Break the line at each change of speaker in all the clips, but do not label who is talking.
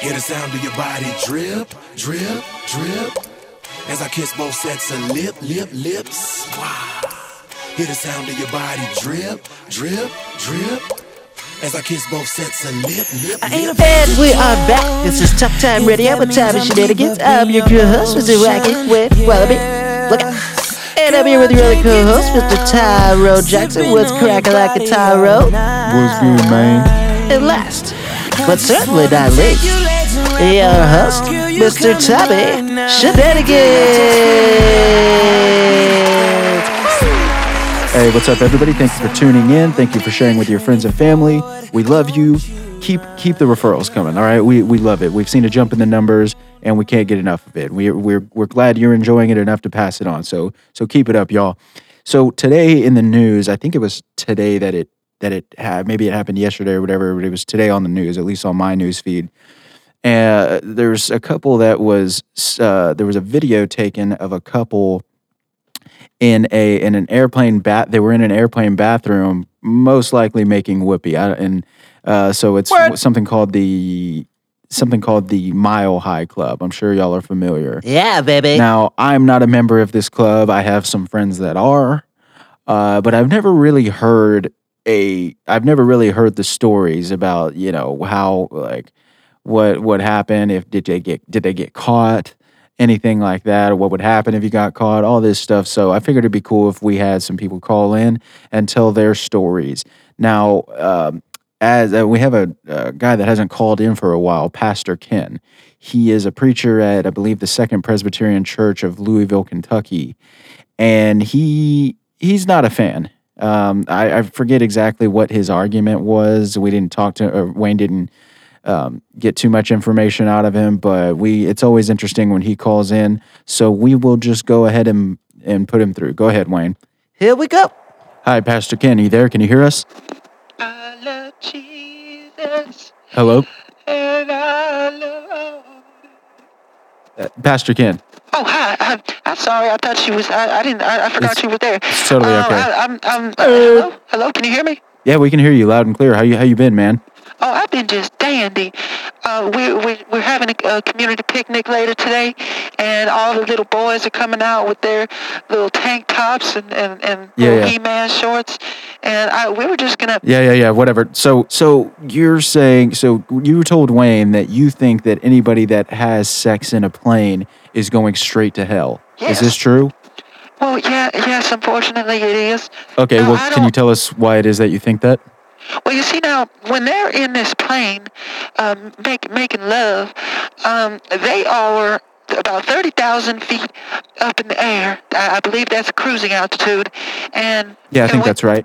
Hear the sound of your body drip, drip, drip. As I kiss both sets of lip, lip, lips. Wow. Hear the sound of your body drip, drip, drip. As I kiss both sets of lip, lip,
I ain't
lip.
afraid we are back. This is Tough Time Radio. What time is shenanigans? I'm your co-host, Mr. Wacky with Wallaby. Look out. And I'm here with your other co-host, Mr. Tyro Jackson. What's cracking like a Tyro?
What's good, man?
And last, but certainly not least, your host, Mr. Tommy Shenanigans.
Hey, what's up, everybody? Thank you for tuning in. Thank you for sharing with your friends and family. We love you. Keep keep the referrals coming. All right, we we love it. We've seen a jump in the numbers, and we can't get enough of it. We we're we're glad you're enjoying it enough to pass it on. So so keep it up, y'all. So today in the news, I think it was today that it that it had maybe it happened yesterday or whatever, but it was today on the news, at least on my news feed. Uh, there's a couple that was uh, there was a video taken of a couple in a in an airplane bat. They were in an airplane bathroom, most likely making whoopee. I, and uh, so it's something called the something called the Mile High Club. I'm sure y'all are familiar.
Yeah, baby.
Now, I'm not a member of this club. I have some friends that are, uh, but I've never really heard a. I've never really heard the stories about you know how like what what happened if did they get did they get caught anything like that or what would happen if you got caught all this stuff so i figured it'd be cool if we had some people call in and tell their stories now um, as uh, we have a, uh guy that hasn't called in for a while, Pastor Ken. He is a preacher at, I believe, the Second Presbyterian Church of Louisville, Kentucky, and he he's not a fan. Um, I, I forget exactly what his argument was. We didn't talk to or Wayne didn't um, get too much information out of him, but we it's always interesting when he calls in. So we will just go ahead and and put him through. Go ahead, Wayne.
Here we go.
Hi, Pastor Ken. Are you there? Can you hear us?
I love Jesus
Hello,
and I love.
Uh, Pastor Ken.
Oh hi, I, I'm sorry. I thought she was. I, I didn't. I, I forgot
It's-
she was there.
it's totally
Um,
okay.
I, I'm. I'm. Uh, hello. Hello. Can you hear me?
Yeah, we can hear you loud and clear. How you how you been, man?
Oh, I've been just dandy. Uh, we, we, we're having a, a community picnic later today, and all the little boys are coming out with their little tank tops and, and, and
Yeah,
little
yeah.
He-Man shorts. And I, we were just going to
Yeah, yeah, yeah. Whatever. So so you're saying so you told Wayne that you think that anybody that has sex in a plane is going straight to hell. Is
Yes.
this true?
Well, yeah, yes, unfortunately it is.
Okay.
No,
well,
I
can you
don't-
tell us why it is that you think that?
Well, you see now, when they're in this plane, um, make, making love, um, they are about 30,000 feet up in the air. I, I believe that's cruising altitude. And
Yeah, I
and
think
when-
that's right.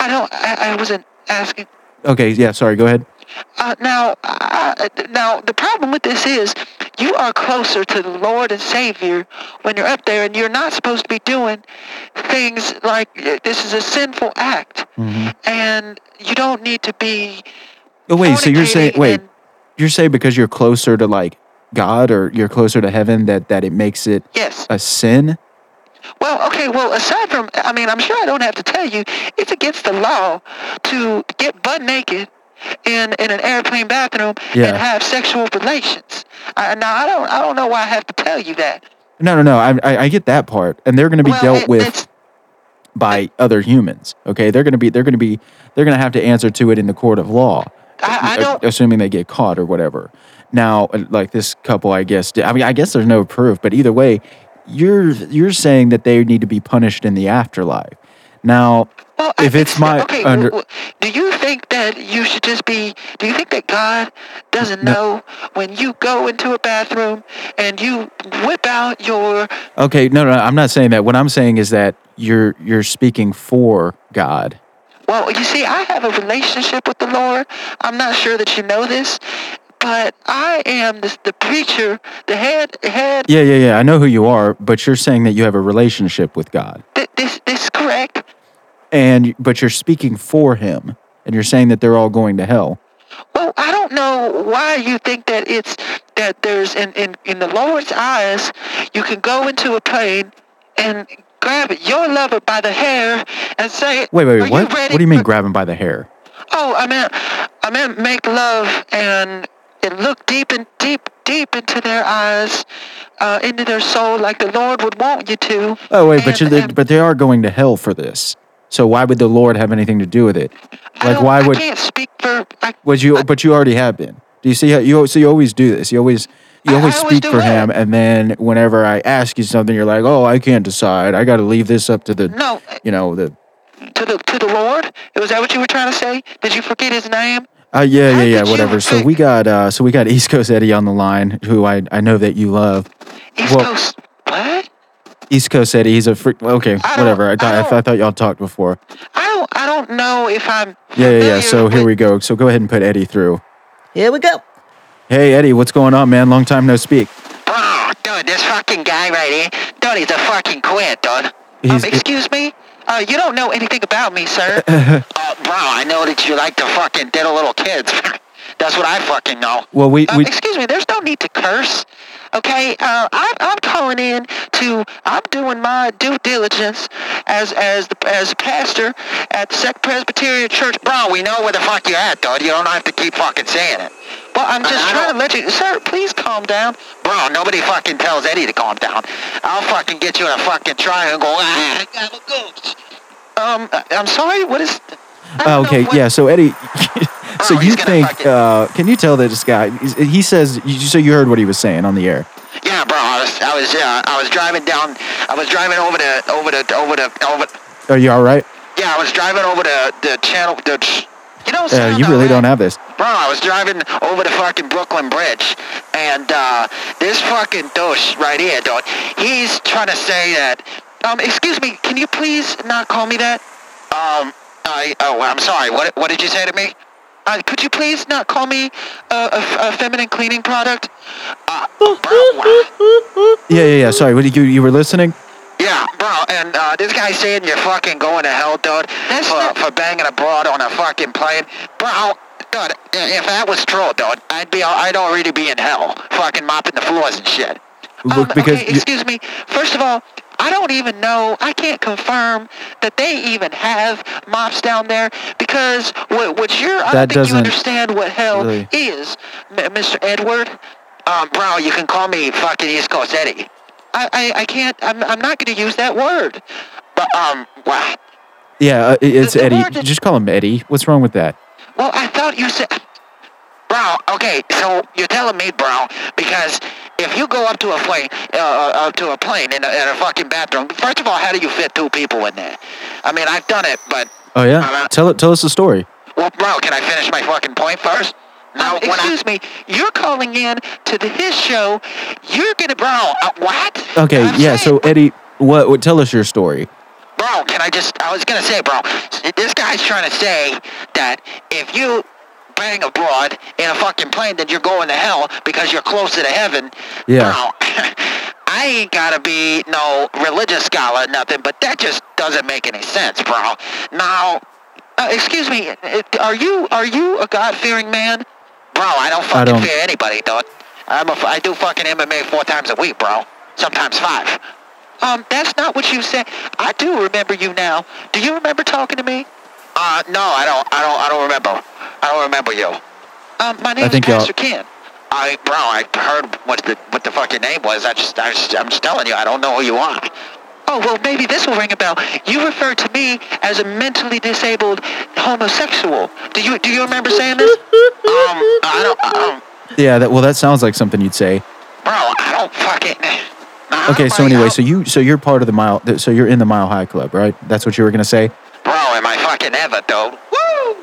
I don't. I, I wasn't asking.
Okay. Yeah. Sorry. Go ahead.
Uh, now, I, I- now the problem with this is, you are closer to the Lord and Savior when you're up there, and you're not supposed to be doing things like uh, this is a sinful act, and you don't need to be.
Mm-hmm. Oh wait. So you're saying
fornicating
wait.
and-
You're saying because you're closer to like God or you're closer to heaven that that it makes it
Yes.
a sin?
Well, okay. Well, aside from, I mean, I'm sure I don't have to tell you, it's against the law to get butt naked in in an airplane bathroom
Yeah.
and have sexual relations. I, now, I don't, I don't know why I have to tell you that.
No, no, no. I I, I get that part, and they're going to be
well,
dealt
it-
with.
it's-
by other humans. Okay, they're gonna be they're gonna be they're gonna have to answer to it in the court of law,
I- I don't-
assuming they get caught or whatever. Now, uh, like this couple, I guess. I mean, I guess there's no proof, but either way, you're you're saying that they need to be punished in the afterlife. Now,
Well, Oh, I
if
think
it's
that-
my
okay,
under,
w- w- do you think that you should just be? Do you think that God doesn't know when you go into a bathroom and you whip out your?
okay, no, no, I'm not saying that. What I'm saying is that you're you're speaking for God.
Well, you see, I have a relationship with the Lord. I'm not sure that you know this, but I am the, the preacher, the head head
Yeah, yeah, yeah. I know who you are, but you're saying that you have a relationship with God.
th- this this is correct.
and but you're speaking for him and you're saying that they're all going to hell
Well, I don't know why you think that it's that there's in in, in the Lord's eyes, you can go into a plane and grab your lover by the hair and say,
wait wait,
"Are
wait
you
what
ready Oh,
what do you mean
for-"
grab him by the hair
Oh, I meant I meant make love and and look deep and deep, deep into their eyes, uh, into their soul, like the Lord would want you to.
Oh wait, but
And-
you're,
and
but they are going to hell for this. So why would the Lord have anything to do with it?
I
Like
don't-
why
I
would
can't speak for. I,
would you? But you already have been. Do you see how you? So you always do this. You always you
I- I
always
always
speak
do
for
what?
Him, and then whenever I ask you something, you're like, oh, I can't decide. I got to leave this up to the
no,
you know the.
to the to the Lord. Was that what you were trying to say? Did you forget His name?
Uh, yeah,
How
yeah, yeah,
could you
whatever. So
pick-
we got uh, so we got East Coast Eddie on the line, who I, I know that you love.
East
Well-
Coast. What?
East Coast Eddie, he's a freak. Okay,
don't-
whatever. I,
I
thought- I,
don't-
I thought y'all talked before.
I don't. I don't know if I'm.
Yeah, yeah, yeah.
familiar
So here
with-
we go. So go ahead and put Eddie through.
Here we go.
Hey Eddie, what's going on, man? Long time no speak.
Oh, dude, this fucking guy right here, dude, he's a fucking quit, dude. Um,
He's-
excuse me? Uh, you don't know anything about me, sir. uh, bro, I know that you like to fucking diddle little kids. That's what I fucking know.
Well, we
Um,
we
excuse me, there's no need to curse. Okay, uh, I'm, I'm calling in to I'm doing my due diligence as as the as a pastor at the Sec Presbyterian Church. Bro, we know where the fuck you're at, dog. You don't have to keep fucking saying it. Well, I'm just trying to let you, sir. Please calm down, bro. Nobody fucking tells Eddie to calm down. I'll fucking get you in a fucking triangle. Ah, I'm a goat. Um, I- I'm sorry. What is? I
oh,
don't know
okay,
what-
yeah. So Eddie, so
Oh, he's
you
gonna
think?
fucking-
Uh, can you tell that this guy? he's- He says. You, so you heard what he was saying on the air.
Yeah, bro. I was, I was, uh, I was driving down. I was driving over to, over to, over to, over.
Are you all right? Uh,
Yeah, I was driving over to the channel. The, ch- you don't
Uh,
sound
you really
alright.
don't have this.
Bro, I was driving over the fucking Brooklyn Bridge, and uh, this fucking douche right here, dog. He's trying to say that. Um, excuse me. Can you please not call me that? Um, I. Oh, I'm sorry. What, what did you say to me? Uh, could you please not call me uh, a, f- a feminine cleaning product? Uh, bro,
Yeah, yeah, yeah. Sorry. What did you? You were listening.
Yeah, bro, and uh, this guy saying you're fucking going to hell, dude, for, for banging a broad on a fucking plane, bro. Dude, i- if that was true, dude, I'd be, al- I'd already be in hell, fucking mopping the floors and shit.
Look,
Um,
because
okay,
you-
excuse me. First of all, I don't even know. I can't confirm that they even have mops down there because what, what you're.
That
I don't think
doesn't
you understand what hell
really-
is, M- Mr. Edward. Um, bro, you can call me fucking East Coast Eddie. I, I, I can't. I'm, I'm not going to use that word. But um, wow.
Yeah, uh, it- it's
the
Eddie.
word-
Just call him Eddie. What's wrong with that?
Well, I thought you said. Bro, okay, so you're telling me, bro, because if you go up to a plane, uh, uh, up to a plane in a, in a fucking bathroom, first of all, how do you fit two people in there? I mean, I've done it, but
Oh yeah.
Uh,
tell it. Tell us the story.
well, bro, can I finish my fucking point first? No, Uh, excuse me. You're calling in to the, his show. You're gonna, bro. Uh, what?
Okay.
I'm
yeah. So
saying,
Eddie, what, what? Tell us your story.
bro, can I just? I was gonna say, bro, this guy's trying to say that if you bang abroad in a fucking plane, then you're going to hell because you're closer to heaven.
Yeah.
Bro, I ain't gotta be no religious scholar, nothing, but that just doesn't make any sense, bro. Now, uh, excuse me, uh, are you are you a God fearing man? Bro, I don't fucking
don't-
fear anybody, dog. I'm a, I do fucking MMA four times a week, bro. Sometimes five. Um, that's not what you said. I do remember you now. Do you remember talking to me? Uh, no, I don't. I don't. I don't remember. I don't remember you. Um, my name is
think y'all-
Pastor Ken. I, bro, I heard what the what the fuck your name was. I just, I just, I'm just telling you, I don't know who you are. Oh well, maybe this will ring a bell. You referred to me as a mentally disabled homosexual. Do you do you remember saying this? um, I don't, um,
Yeah. That. Well, that sounds like something you'd say.
bro, I don't fucking. I
Okay.
don't
So
really- I
anyway,
don't-
so you. So you're part of the mile. So you're in the Mile High Club, right? That's what you were gonna say.
Bro, am I fucking ever, though? Woo!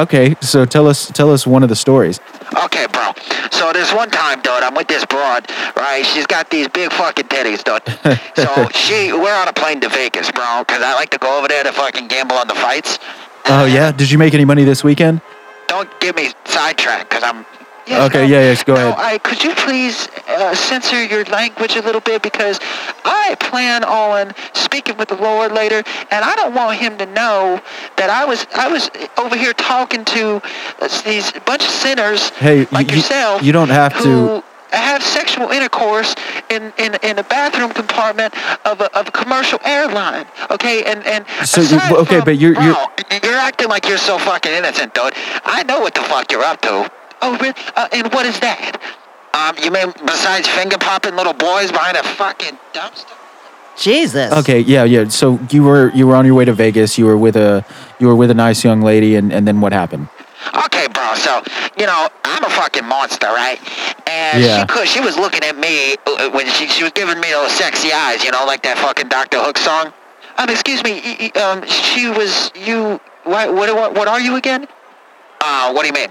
Okay, so tell us tell us one of the stories.
Okay, bro. So there's one time, dude, I'm with this broad, right? She's got these big fucking titties, dude. so she, we're on a plane to Vegas, bro, because I like to go over there to fucking gamble on the fights.
Oh yeah, did you make any money this weekend?
Don't get me sidetracked, because I'm...
Okay, yeah, yes, go
no,
ahead.
I, could you please uh, censor your language a little bit because I plan on speaking with the Lord later, and I don't want Him to know that I was I was over here talking to uh, these bunch of sinners
Hey, y-
like
you-
yourself.
you don't have to-
who Have sexual intercourse in, in, in the bathroom compartment of a, of a commercial airline. Okay, and and
So you-
aside
okay,
from-
but you're- you're-
Bro, you're acting like you're so fucking innocent, dude. I know what the fuck you're up to. Oh, really? Uh, and what is that? Um, you mean besides finger popping little boys behind a fucking dumpster?
Jesus.
Okay, yeah, yeah. So you were you were on your way to Vegas. You were with a you were with a nice young lady, and, and then what happened?
Okay, bro. So you know I'm a fucking monster, right? And
Yeah.
she could. She was looking at me uh, when she she was giving me those sexy eyes, you know, like that fucking Dr. Hook song. Um, excuse me. y- y- Um, she was you. What what what, what are you again? Uh, what do you mean?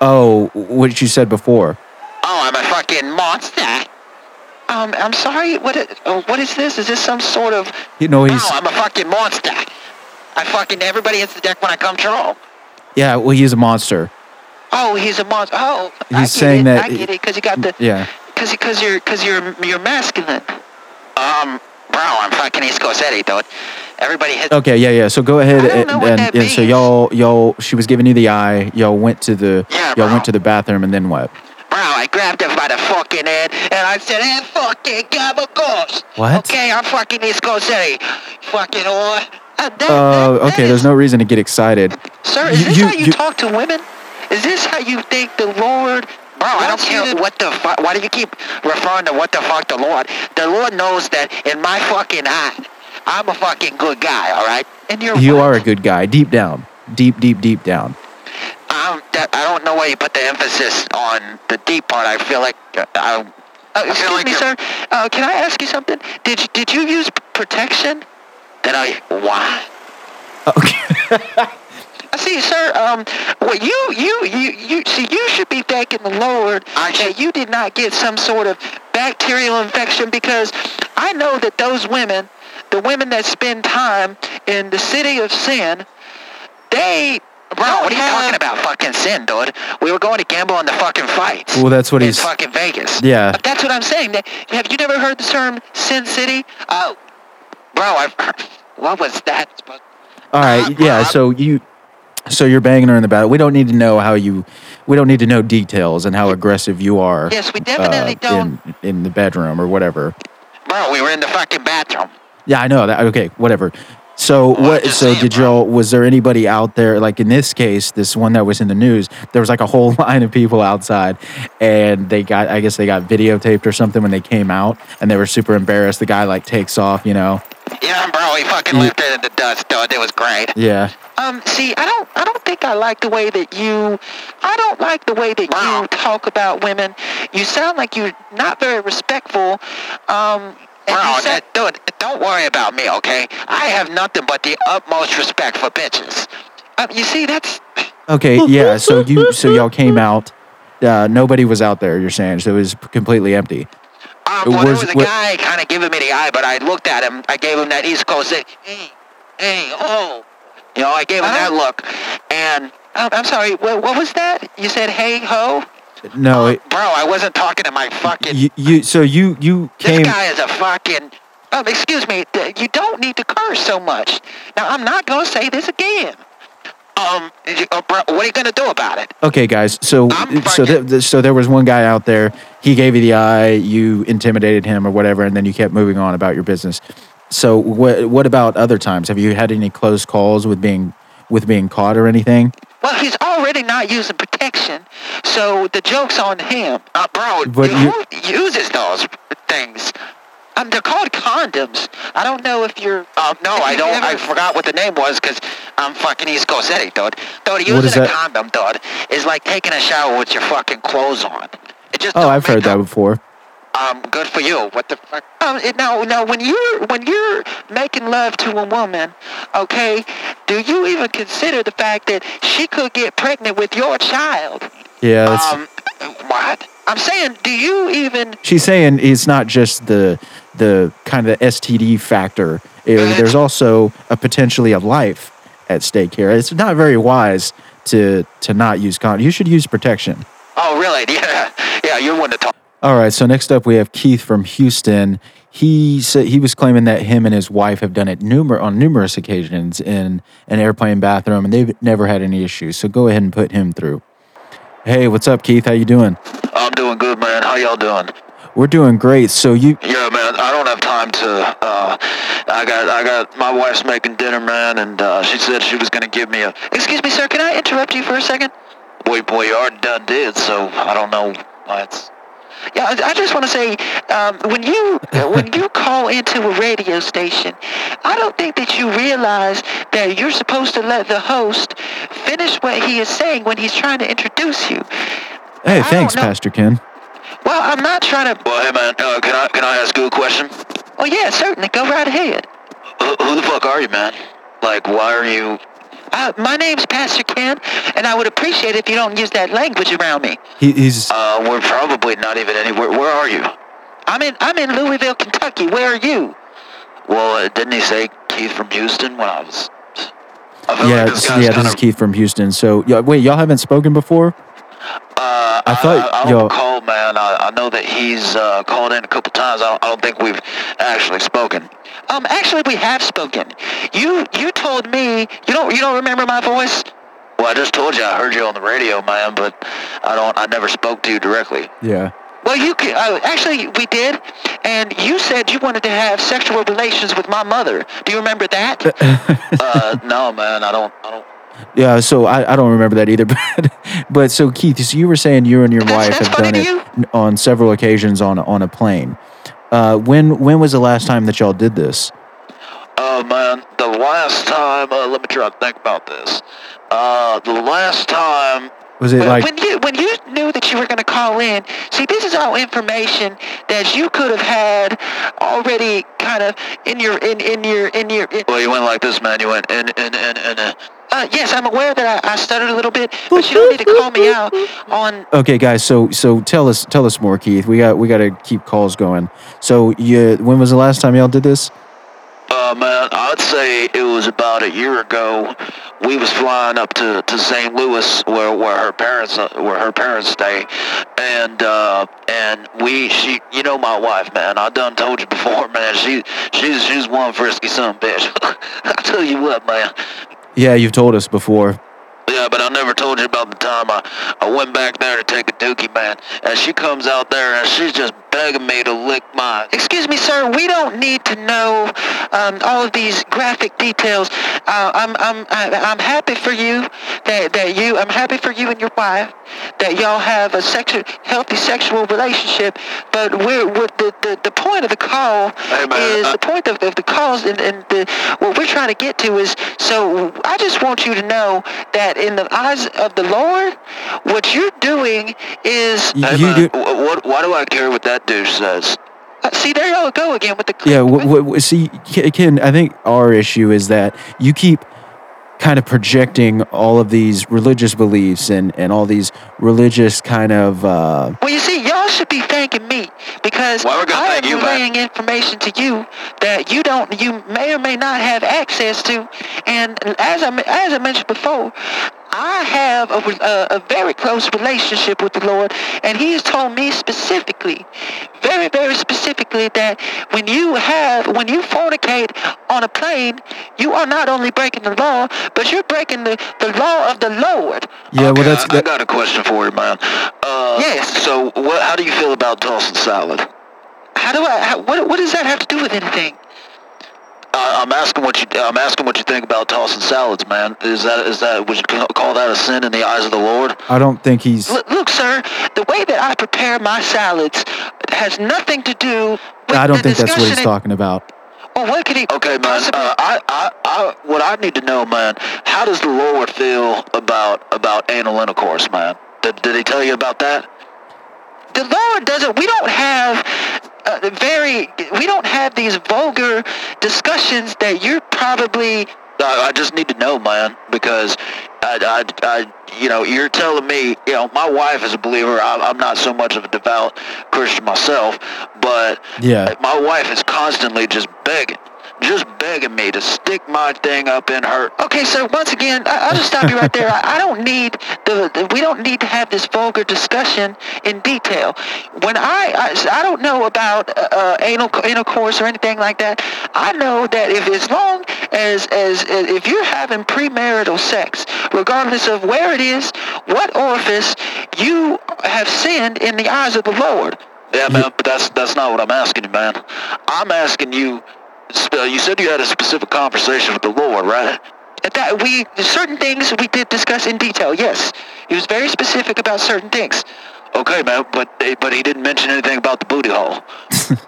Oh, what you said before.
Oh, I'm a fucking monster. Um, I'm sorry. What i- uh, what is this? Is this some sort of?
You know he's
Oh, I'm a fucking monster. I fucking everybody hits the deck when I come troll.
yeah. Well, he's a monster.
Oh, he's a monster. Oh, I
He's
get
saying
it.
that
I get it because you got the
Yeah.
Cause, cause you're, cause you're, you're masculine. Um, bro, I'm fucking East Coast Eddie, dude. Everybody hits.
Okay. Yeah. Yeah. So go ahead
I don't
and
know what
and,
that
and so
means.
y'all y'all she was giving you the eye. Y'all went to the
Yeah,
y'all
bro.
went to the bathroom, and then what?
Bro, I grabbed him by the fucking head and I said, "Hey, fucking gabagos."
What?
Okay, I'm fucking East Coast Eddie. Fucking whore. Uh, that- that-
Uh,
that
okay.
is-
There's no reason to get excited.
Sir, is
You-
this
you-
how you,
you-
talk to women? Is this how you think the Lord? Bro, I don't care what the fuck. Why do you keep referring to what the fuck the Lord? The Lord knows that in my fucking eye, I'm a fucking good guy. All right, and you're.
You
what?
are a good guy, deep down, deep, deep, deep down.
I'm, that, I don't know why you put the emphasis on the deep part. I feel like uh, I. Uh, excuse me, sir. Uh, can I ask you something? Did you, did you use protection? That I why?
Okay.
I see, sir. Um, well, you, you, you, you. See, you should be thanking the Lord that you did not get some sort of bacterial infection because I know that those women, the women that spend time in the city of sin, they. Bro, what are you talking about? Fucking sin, dude. We were going to gamble on the fucking fights.
Well, that's what
in
he's-
fucking Vegas.
Yeah.
But that's what I'm saying. That- Have you never heard the term Sin City? Uh, bro, I've. Heard, what was that? supposed-
All right. Yeah. So you. So you're banging her in the back. We don't need to know how you. We don't need to know details and how aggressive you are.
Yes, we definitely don't.
Uh, In, in the bedroom or whatever.
Bro, we were in the fucking bathroom.
Yeah, I know that. Okay, whatever. So what?
just
So
saying,
did
bro.
y'all? Was there anybody out there? Like in this case, this one that was in the news, there was like a whole line of people outside, and they got. I guess they got videotaped or something when they came out, and they were super embarrassed. The guy like takes off, you know.
Yeah, bro, he fucking
Yeah.
left it in the dust, dude. It was great.
Yeah.
Um, see, I don't, I don't think I like the way that you, I don't like the way that you talk about women. You sound like you're not very respectful. Um, and
Bro,
you said, dude, don't worry about me, okay? I have nothing but the utmost respect for bitches. Um, you see, that's
Okay. Yeah. So you. So y'all came out. Uh, nobody was out there. You're saying so it was completely empty.
Um, well,
Was-
there was a
wa-
guy kind of giving me the eye, but I looked at him. I gave him that East Coast, hey, hey, hey, oh. You know, I gave him that look. And Uh-huh. um, I'm sorry, what, what was that? You said, hey, ho?
No. It,
Bro, I wasn't talking to my fucking...
you, you. So you. You
this
came.
guy is a fucking... Um, excuse me, th- you don't need to curse so much. Now, I'm not going to say this again. Um, you- uh, bro, what are you going to do about it?
Okay, guys. So uh,
I'm
so th- th- so there was one guy out there. He gave you the eye. You intimidated him or whatever, and then you kept moving on about your business. So what what about other times? Have you had any close calls with being with being caught or anything?
Well, he's already not using protection, so the joke's on him. Uh, bro,
But
who uses those things? Um, they're called condoms. I don't know if you're. Uh, no, I don't. I forgot what the name was because I'm fucking East Coast Eddie, dude. Dude, using
is
a
that?
condom, dude, is like taking a shower with your fucking clothes on. It just
Oh,
don't
I've
make
heard that
no-
before.
um, good for you. What the fuck? Um, it- now, now, when you're when you're making love to a woman, okay, do you even consider the fact that she could get pregnant with your child?
Yeah, that's,
Um, what? I'm saying, do you even?
she's saying it's not just the the kind of STD factor. Eh, there's also a potentially a life at stake here. It's not very wise to to not use condom. You should use protection.
Oh, really? Yeah, yeah. You're one to talk.
All right. So next up, we have Keith from Houston. He said he was claiming that him and his wife have done it numer- on numerous occasions in an airplane bathroom, and they've never had any issues. So go ahead and put him through. Hey, what's up, Keith? How you doing?
I'm doing good, man. How y'all doing?
We're doing great. So you,
Yeah, man. I don't have time to. Uh, I got, I got. My wife's making dinner, man, and uh, she said she was gonna give me a.
Excuse me, sir. Can I interrupt you for a second?
we we already done did. So I don't know. That's
Yeah, I, I just want to say, um, when you when you call into a radio station, I don't think that you realize that you're supposed to let the host finish what he is saying when he's trying to introduce you.
Hey,
I
thanks,
don't know.
Pastor Ken.
Well, I'm not trying to.
well. Hey man, uh, can I can I ask you a question?
Oh yeah, certainly, go right ahead.
Who, who the fuck are you, man? Like, why are you?
Uh, my name's Pastor Ken, and I would appreciate it if you don't use that language around me.
He, he's
Uh, we're probably not even anywhere. Where are you?
I'm in I'm in Louisville, Kentucky. Where are you?
Well, uh, didn't he say Keith from Houston when I was? Oh, I feel
yeah,
like this
this,
guy's
yeah. This
kind
is
of.
Keith from Houston. So, yeah, wait, y'all haven't spoken before?
Uh,
I
I,
thought-
I, I
yo-
don't recall, man. I, I know that he's uh, called in a couple times. I don't, I don't think we've actually spoken.
Um, actually, we have spoken. You you told me you don't you don't remember my voice.
Well, I just told you I heard you on the radio, man, but I don't. I never spoke to you directly.
Yeah.
Well, you can, uh, actually we did, and you said you wanted to have sexual relations with my mother. Do you remember that?
Uh, no, man. I don't. I don't.
Yeah, so I, I don't remember that either, but but so Keith, so you were saying you and your
That's-
wife
that's
have done
funny
it
to
n- on several occasions on a- on a plane. Uh, when when was the last time that y'all did this?
Oh man, the last time. Uh, let me try to think about this. Uh, the last time.
Was it
Well,
like
when you when you knew that you were going to call in, see, this is all information that you could have had already, kind of in your in in your in your. In,
Well, you went like this, man. You went in, in, in, in. in.
uh, yes, I'm aware that I, I stuttered a little bit, but you don't need to call me out on.
okay, guys? So so tell us tell us more, Keith. We got we got to keep calls going. So you when was the last time y'all did this?
Uh, man, I'd say it was about a year ago. We was flying up to, to St. Louis, where, where her parents uh, where her parents stay, and uh, and we she you know my wife, man. I done told you before, man. She she's she's one frisky son of a bitch. I tell you what, man.
Yeah, you've told us before.
Yeah, but I never told you about the time I, I went back there to take a dookie, man. And she comes out there and she's just begging me to lick my.
Excuse me, sir. We don't need to know um, all of these graphic details. Uh, I'm I'm I- I'm happy for you that that you. I'm happy for you and your wife that y'all have a sexual healthy sexual relationship. But we're, we the, the the point of the call
Hey, man, uh,
is
I-
the point of, of the calls and, and the what we're trying to get to is. So I just want you to know that in the eyes of the Lord, what you're doing is.
Y-
Hey,
you
man,
do-
wh- what, why do I care what that douche says?
Uh, see, there y'all go again with the.
Yeah, w- w- w- see, K- Ken, I think our issue is that you keep kind of projecting all of these religious beliefs and, and all these religious kind of uh,
Well, you see, y'all should be thanking me because
Why we gonna
I am
thank you, man?
relaying information to you that you don't, you may or may not have access to. And as I as I mentioned before, I have a, re- a, a very close relationship with the Lord, and He has told me specifically, very very specifically, that when you have when you fornicate on a plane, you are not only breaking the law, but you're breaking the, the law of the Lord.
yeah.
Okay,
well, that's
I, I got a question for you, man. Uh,
Yes.
So, what? How do you feel about Dawson salad?
How do I? How, what what does that have to do with anything?
I, I'm asking what you. I'm asking what you think about tossing salads, man. Is that is that would you ca- call that a sin in the eyes of the Lord?
I don't think he's.
Look, look, sir, the way that I prepare my salads has nothing to do with
I don't
the
think that's what he's
discussion
talking about.
in- Well, what could he
Okay, man.
possibly-
Uh, I, I, I, what I need to know, man. How does the Lord feel about about anal intercourse, man? Did, did he tell you about that?
the Lord doesn't. We don't have uh, very. We don't have these vulgar discussions that you're probably.
I, I just need to know, man, because I, I, I, you know, you're telling me, you know, my wife is a believer. I, I'm not so much of a devout Christian myself, but
Yeah.
my wife is constantly just begging, just begging me to stick my thing up in her.
Okay, sir. Once again, I, I'll just stop you right there. I, I don't need the, the. We don't need to have this vulgar discussion in detail. When I, I, I don't know about uh, uh, anal intercourse or anything like that. I know that if as long as as as- if you're having premarital sex, regardless of where it is, what orifice, you have sinned in the eyes of the Lord.
Yeah, man, but that's that's not what I'm asking you, man. I'm asking you. sp-
uh,
You said you had a specific conversation with the Lord, right?
That we certain things we did discuss in detail. Yes,
He was very specific about certain things.
Okay, man, but they- but he didn't mention anything about the booty hole.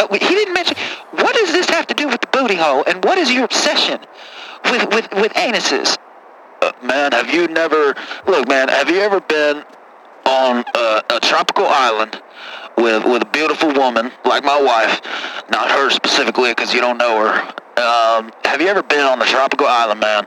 Uh, he didn't mention what does this have to do with the booty hole, and what is your obsession with with with anuses?
Uh, man, have you never look, man? Have you ever been on a, a tropical island with with a beautiful woman like my wife? Not her specifically, because you don't know her. Um, have you ever been on a tropical island, man?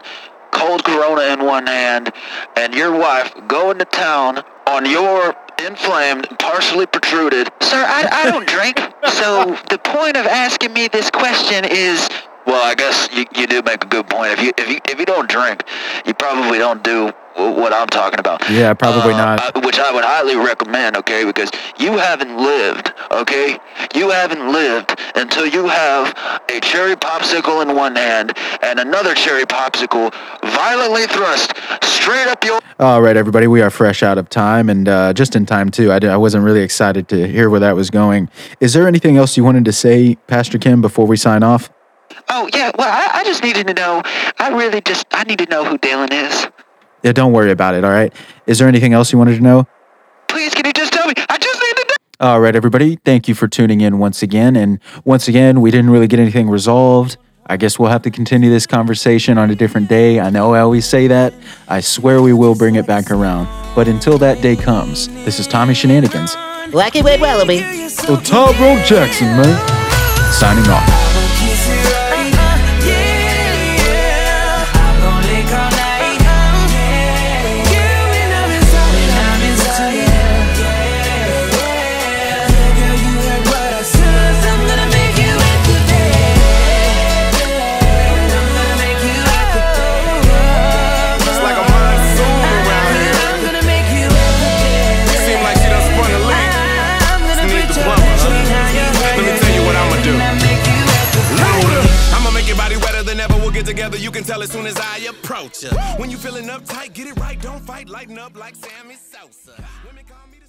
Cold Corona in one hand, and your wife going to town on your inflamed, partially protruded.
Sir, I, I don't drink, so the point of asking me this question is
Well, I guess you, you do make a good point. If you if you if you don't drink, you probably don't do wh- what I'm talking about. Uh,
Yeah, probably not.
I- which I would highly recommend, okay? Because you haven't lived, okay? You haven't lived until you have a cherry popsicle in one hand and another cherry popsicle violently thrust straight up your.
All right, everybody, we are fresh out of time and uh, just in time, too. I, di- I wasn't really excited to hear where that was going. Is there anything else you wanted to say, Pastor Kim, before we sign off?
Oh yeah, well I, I just needed to know. I really just I need to know who Dylan is.
Yeah, don't worry about it, all right? Is there anything else you wanted to know?
Please, can you just tell me? I just need to know.
All right, everybody, thank you for tuning in once again. And once again, we didn't really get anything resolved. I guess we'll have to continue this conversation on a different day. I know I always say that. I swear we will bring it back around. But until that day comes, this is Tommy Shenanigans.
Wacky Wade Wallaby.
Well, Tyrone Jackson, man. Signing off.
It's like a monsoon around here. Seem like she done spun the leak. Need the plumber. Let me tell you what I'ma do. Louder. I'ma make your body wetter than ever. We'll get together. You can tell as soon as I approach her. When you feeling uptight, get it right. Don't fight. Lighten up like Sammy Sosa. Women call me the-